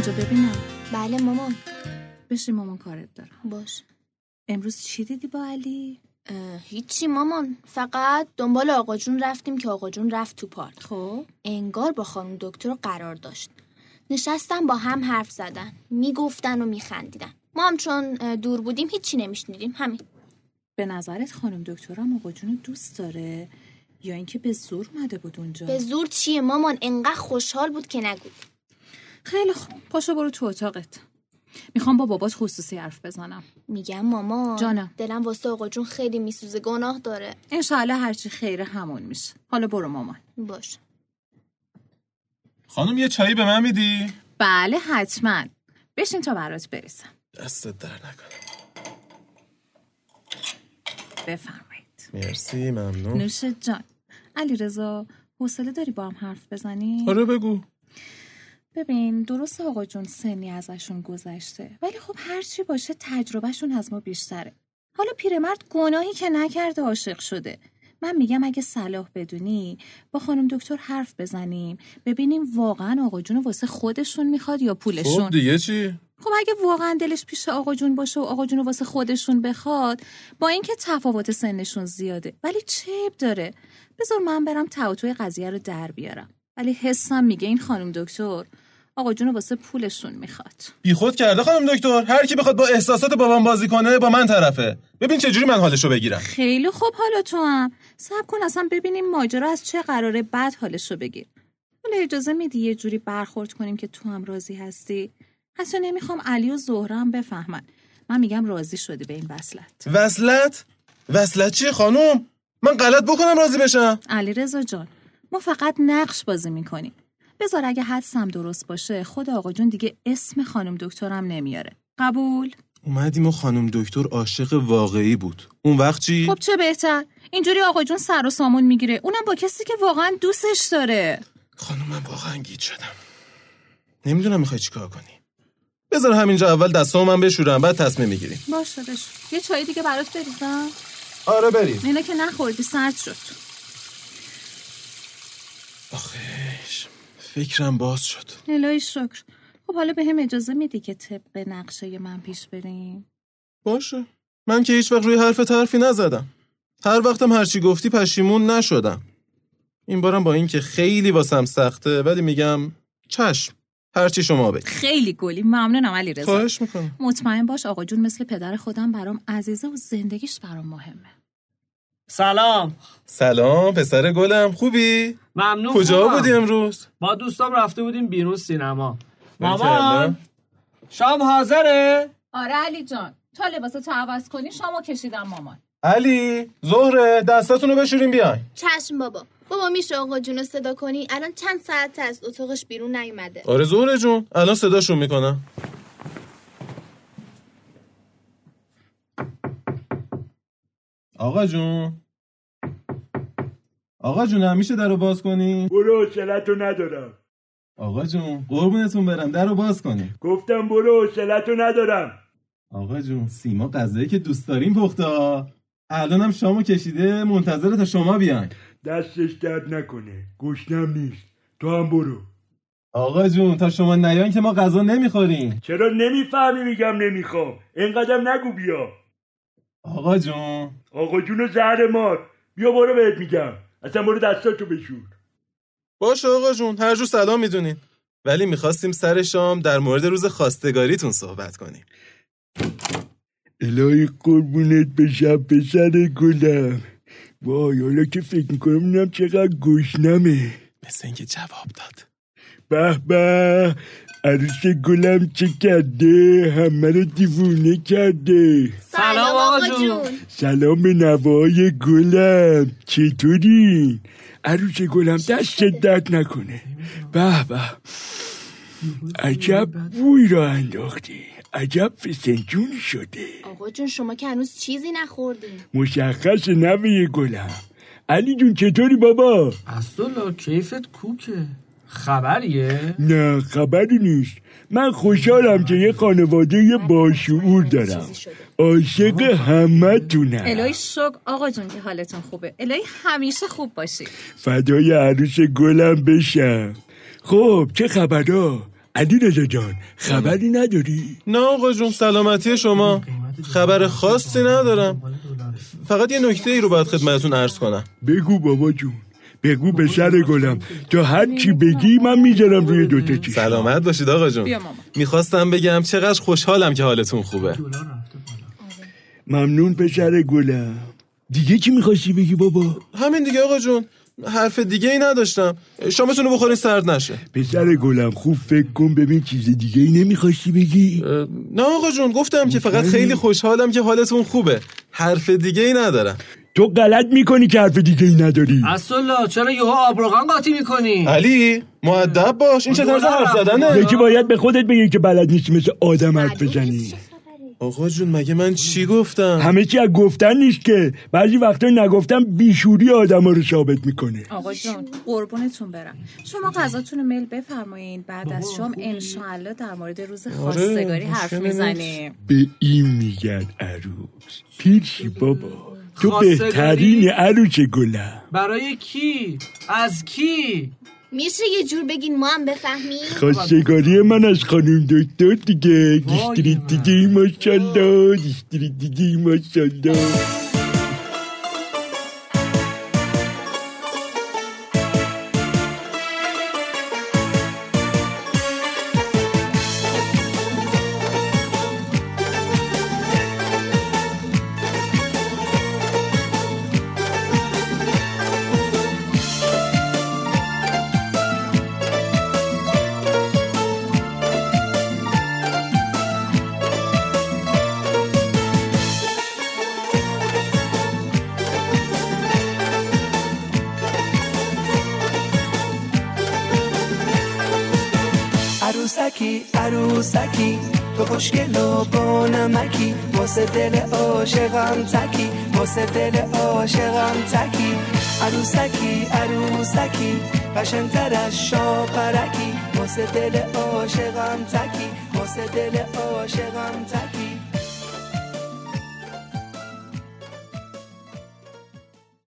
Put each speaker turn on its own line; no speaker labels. کجا ببینم
بله مامان
بشه مامان کارت دارم
باش
امروز چی دیدی با علی
اه، هیچی مامان فقط دنبال آقا جون رفتیم که آقا جون رفت تو پارک
خب
انگار با خانم دکتر قرار داشت نشستن با هم حرف زدن میگفتن و میخندیدن ما هم چون اه، دور بودیم هیچی نمیشنیدیم همین
به نظرت خانم دکترم آقا جونو دوست داره یا اینکه به زور اومده بود اونجا
به زور چیه مامان انقدر خوشحال بود که نگو
خیلی خوب پاشو برو تو اتاقت میخوام با بابات خصوصی حرف بزنم
میگم مامان
جانم.
دلم واسه آقا جون خیلی میسوزه گناه داره
انشاءالله هرچی خیره همون میشه حالا برو مامان
باش
خانم یه چایی به من میدی؟
بله حتما بشین تا برات بریزم
دستت در نکنه
بفرمایید
مرسی ممنون
نوش جان علی رضا حوصله داری با هم حرف بزنی
آره بگو
ببین درست آقا جون سنی ازشون گذشته ولی خب هرچی باشه تجربهشون از ما بیشتره حالا پیرمرد گناهی که نکرده عاشق شده من میگم اگه صلاح بدونی با خانم دکتر حرف بزنیم ببینیم واقعا آقا جون رو واسه خودشون میخواد یا
خب
پولشون
دیگه چی؟
خب اگه واقعا دلش پیش آقا جون باشه و آقا جون رو واسه خودشون بخواد با اینکه تفاوت سنشون زیاده ولی چه عیب داره بذار من برم تعاطع قضیه رو در بیارم ولی حسم میگه این خانم دکتر آقا جون رو واسه پولشون میخواد
بیخود کرده خانم دکتر هر کی بخواد با احساسات بابام بازی کنه با من طرفه ببین چه جوری من حالشو بگیرم
خیلی خوب حالا تو هم سب کن اصلا ببینیم ماجرا از چه قراره بعد حالشو بگیر حالا اجازه میدی یه جوری برخورد کنیم که تو هم راضی هستی حتی نمیخوام علی و زهره هم بفهمن من میگم راضی شدی به این وصلت
وصلت؟ وصلت چیه خانم؟ من غلط بکنم راضی بشم
علی جان ما فقط نقش بازی میکنیم بذار اگه حدسم درست باشه خود آقا جون دیگه اسم خانم دکترم نمیاره قبول
اومدیم و خانم دکتر عاشق واقعی بود اون وقت چی؟
خب چه بهتر اینجوری آقا جون سر و سامون میگیره اونم با کسی که واقعا دوستش داره
خانم من واقعا گیج شدم نمیدونم میخوای چیکار کنی بذار همینجا اول دستامو من بشورم بعد تصمیم میگیریم
باشه بش یه چای دیگه برات بریزم
آره بریم
اینا که نخوردی سرد شد
آخش فکرم باز شد
الهی شکر خب حالا به هم اجازه میدی که طبق نقشه من پیش بریم
باشه من که هیچ وقت روی حرف طرفی نزدم هر وقتم هرچی گفتی پشیمون نشدم این بارم با اینکه خیلی واسم سخته ولی میگم چشم هرچی شما بگی
خیلی گلی ممنونم علی
خواهش میکنم
مطمئن باش آقا جون مثل پدر خودم برام عزیزه و زندگیش برام مهمه
سلام
سلام پسر گلم خوبی؟
ممنون
کجا
خوبم.
بودی امروز؟
با دوستام رفته بودیم بیرون سینما
کردم.
مامان شام حاضره
آره علی جان تا لباساتو عوض کنی شامو کشیدم مامان
علی زهره دستاتونو بشوریم بیاین
چشم بابا بابا میشه آقا جونو صدا کنی الان چند ساعت از اتاقش بیرون نیومده
آره زهره جون الان صداشون میکنم آقا جون آقا جون همیشه در رو باز کنی
برو حوصلتو ندارم
آقا جون قربونتون برم در رو باز کنی
گفتم برو حوصلتو ندارم
آقا جون سیما غذایی که دوست داریم پخته ها. الانم شامو کشیده منتظر تا شما بیاین
دستش درد نکنه گشنم نیست تو هم برو
آقا جون تا شما نیاین که ما غذا نمیخوریم
چرا نمیفهمی میگم نمیخوام اینقدر نگو بیا
آقا جون
آقا جونو زهر مار بیا برو بهت میگم اصلا برو دستاتو بشور
باشه آقا جون هر جو سلام میدونین ولی میخواستیم سر شام در مورد روز خواستگاریتون صحبت کنیم
الهی قربونت بشم پسر گلم وای حالا که فکر میکنم اینم چقدر گشنمه
مثل اینکه جواب داد
به به عروس گلم چه کرده همه رو دیوونه کرده
سلام آقا جون
سلام به نوای گلم چطوری؟ عروس گلم دست درد نکنه به به عجب بوی را انداختی عجب فسنجون شده
آقا جون شما که هنوز چیزی نخوردین
مشخص نوه گلم علی جون چطوری بابا؟
اصلا کیفت کوکه خبریه
نه خبری نیست من خوشحالم که یه خانواده باشعور دارم عاشق همه تونم
الهی شکر آقا جون که حالتون خوبه الهی همیشه خوب باشی
فدای عروس گلم بشم خب چه خبرها علی رزا جان خبری نداری؟
نه آقا جون سلامتی شما خبر خاصی ندارم فقط یه نکته ای رو باید خدمتتون عرض کنم
بگو بابا جون بگو به سر گلم تا هر چی بگی من میذارم روی دوتا چی
سلامت باشید آقا
بیا
جون
مامان.
میخواستم بگم چقدر خوشحالم که حالتون خوبه
ممنون پسر گلم دیگه چی میخواستی بگی بابا؟
همین دیگه آقا جون حرف دیگه ای نداشتم شامتون رو بخورین سرد نشه
پسر گلم خوب فکر کن ببین چیز دیگه ای نمیخواستی بگی؟
اه، نه آقا جون گفتم که فقط خیلی خوشحالم که حالتون خوبه حرف دیگه ای ندارم
تو غلط میکنی که حرف دیگه ای نداری
اصلا چرا یهو آبروغن قاطی میکنی
علی معدب باش این چه طرز حرف زدنه
یکی باید به خودت بگی که بلد نیستی مثل آدم حرف بزنی
آقا جون مگه من چی گفتم
همه چی از گفتن نیست که بعضی وقتا نگفتن بیشوری آدم رو ثابت میکنه
آقا جون قربونتون برم شما غذاتون رو میل بفرمایین بعد از شام انشاالله در مورد روز خواستگاری حرف
مشکلی
میزنیم
به این میگن عروس پیرشی بابا تو
خواستگاری؟
بهترین عروس گلم
برای کی از کی
میشه یه جور بگین ما هم بفهمیم
خواستگاری من از خانم دکتر دیگه دیستریت دیگه ای ماشالله دیستریت دیگه ای ماشالله
عروسکی عروسکی تو خوشگل و بانمکی واسه دل عاشقم تکی واسه دل عاشقم تکی عروسکی عروسکی قشنگتر از شاپرکی واسه دل عاشقم تکی واسه دل عاشقم تکی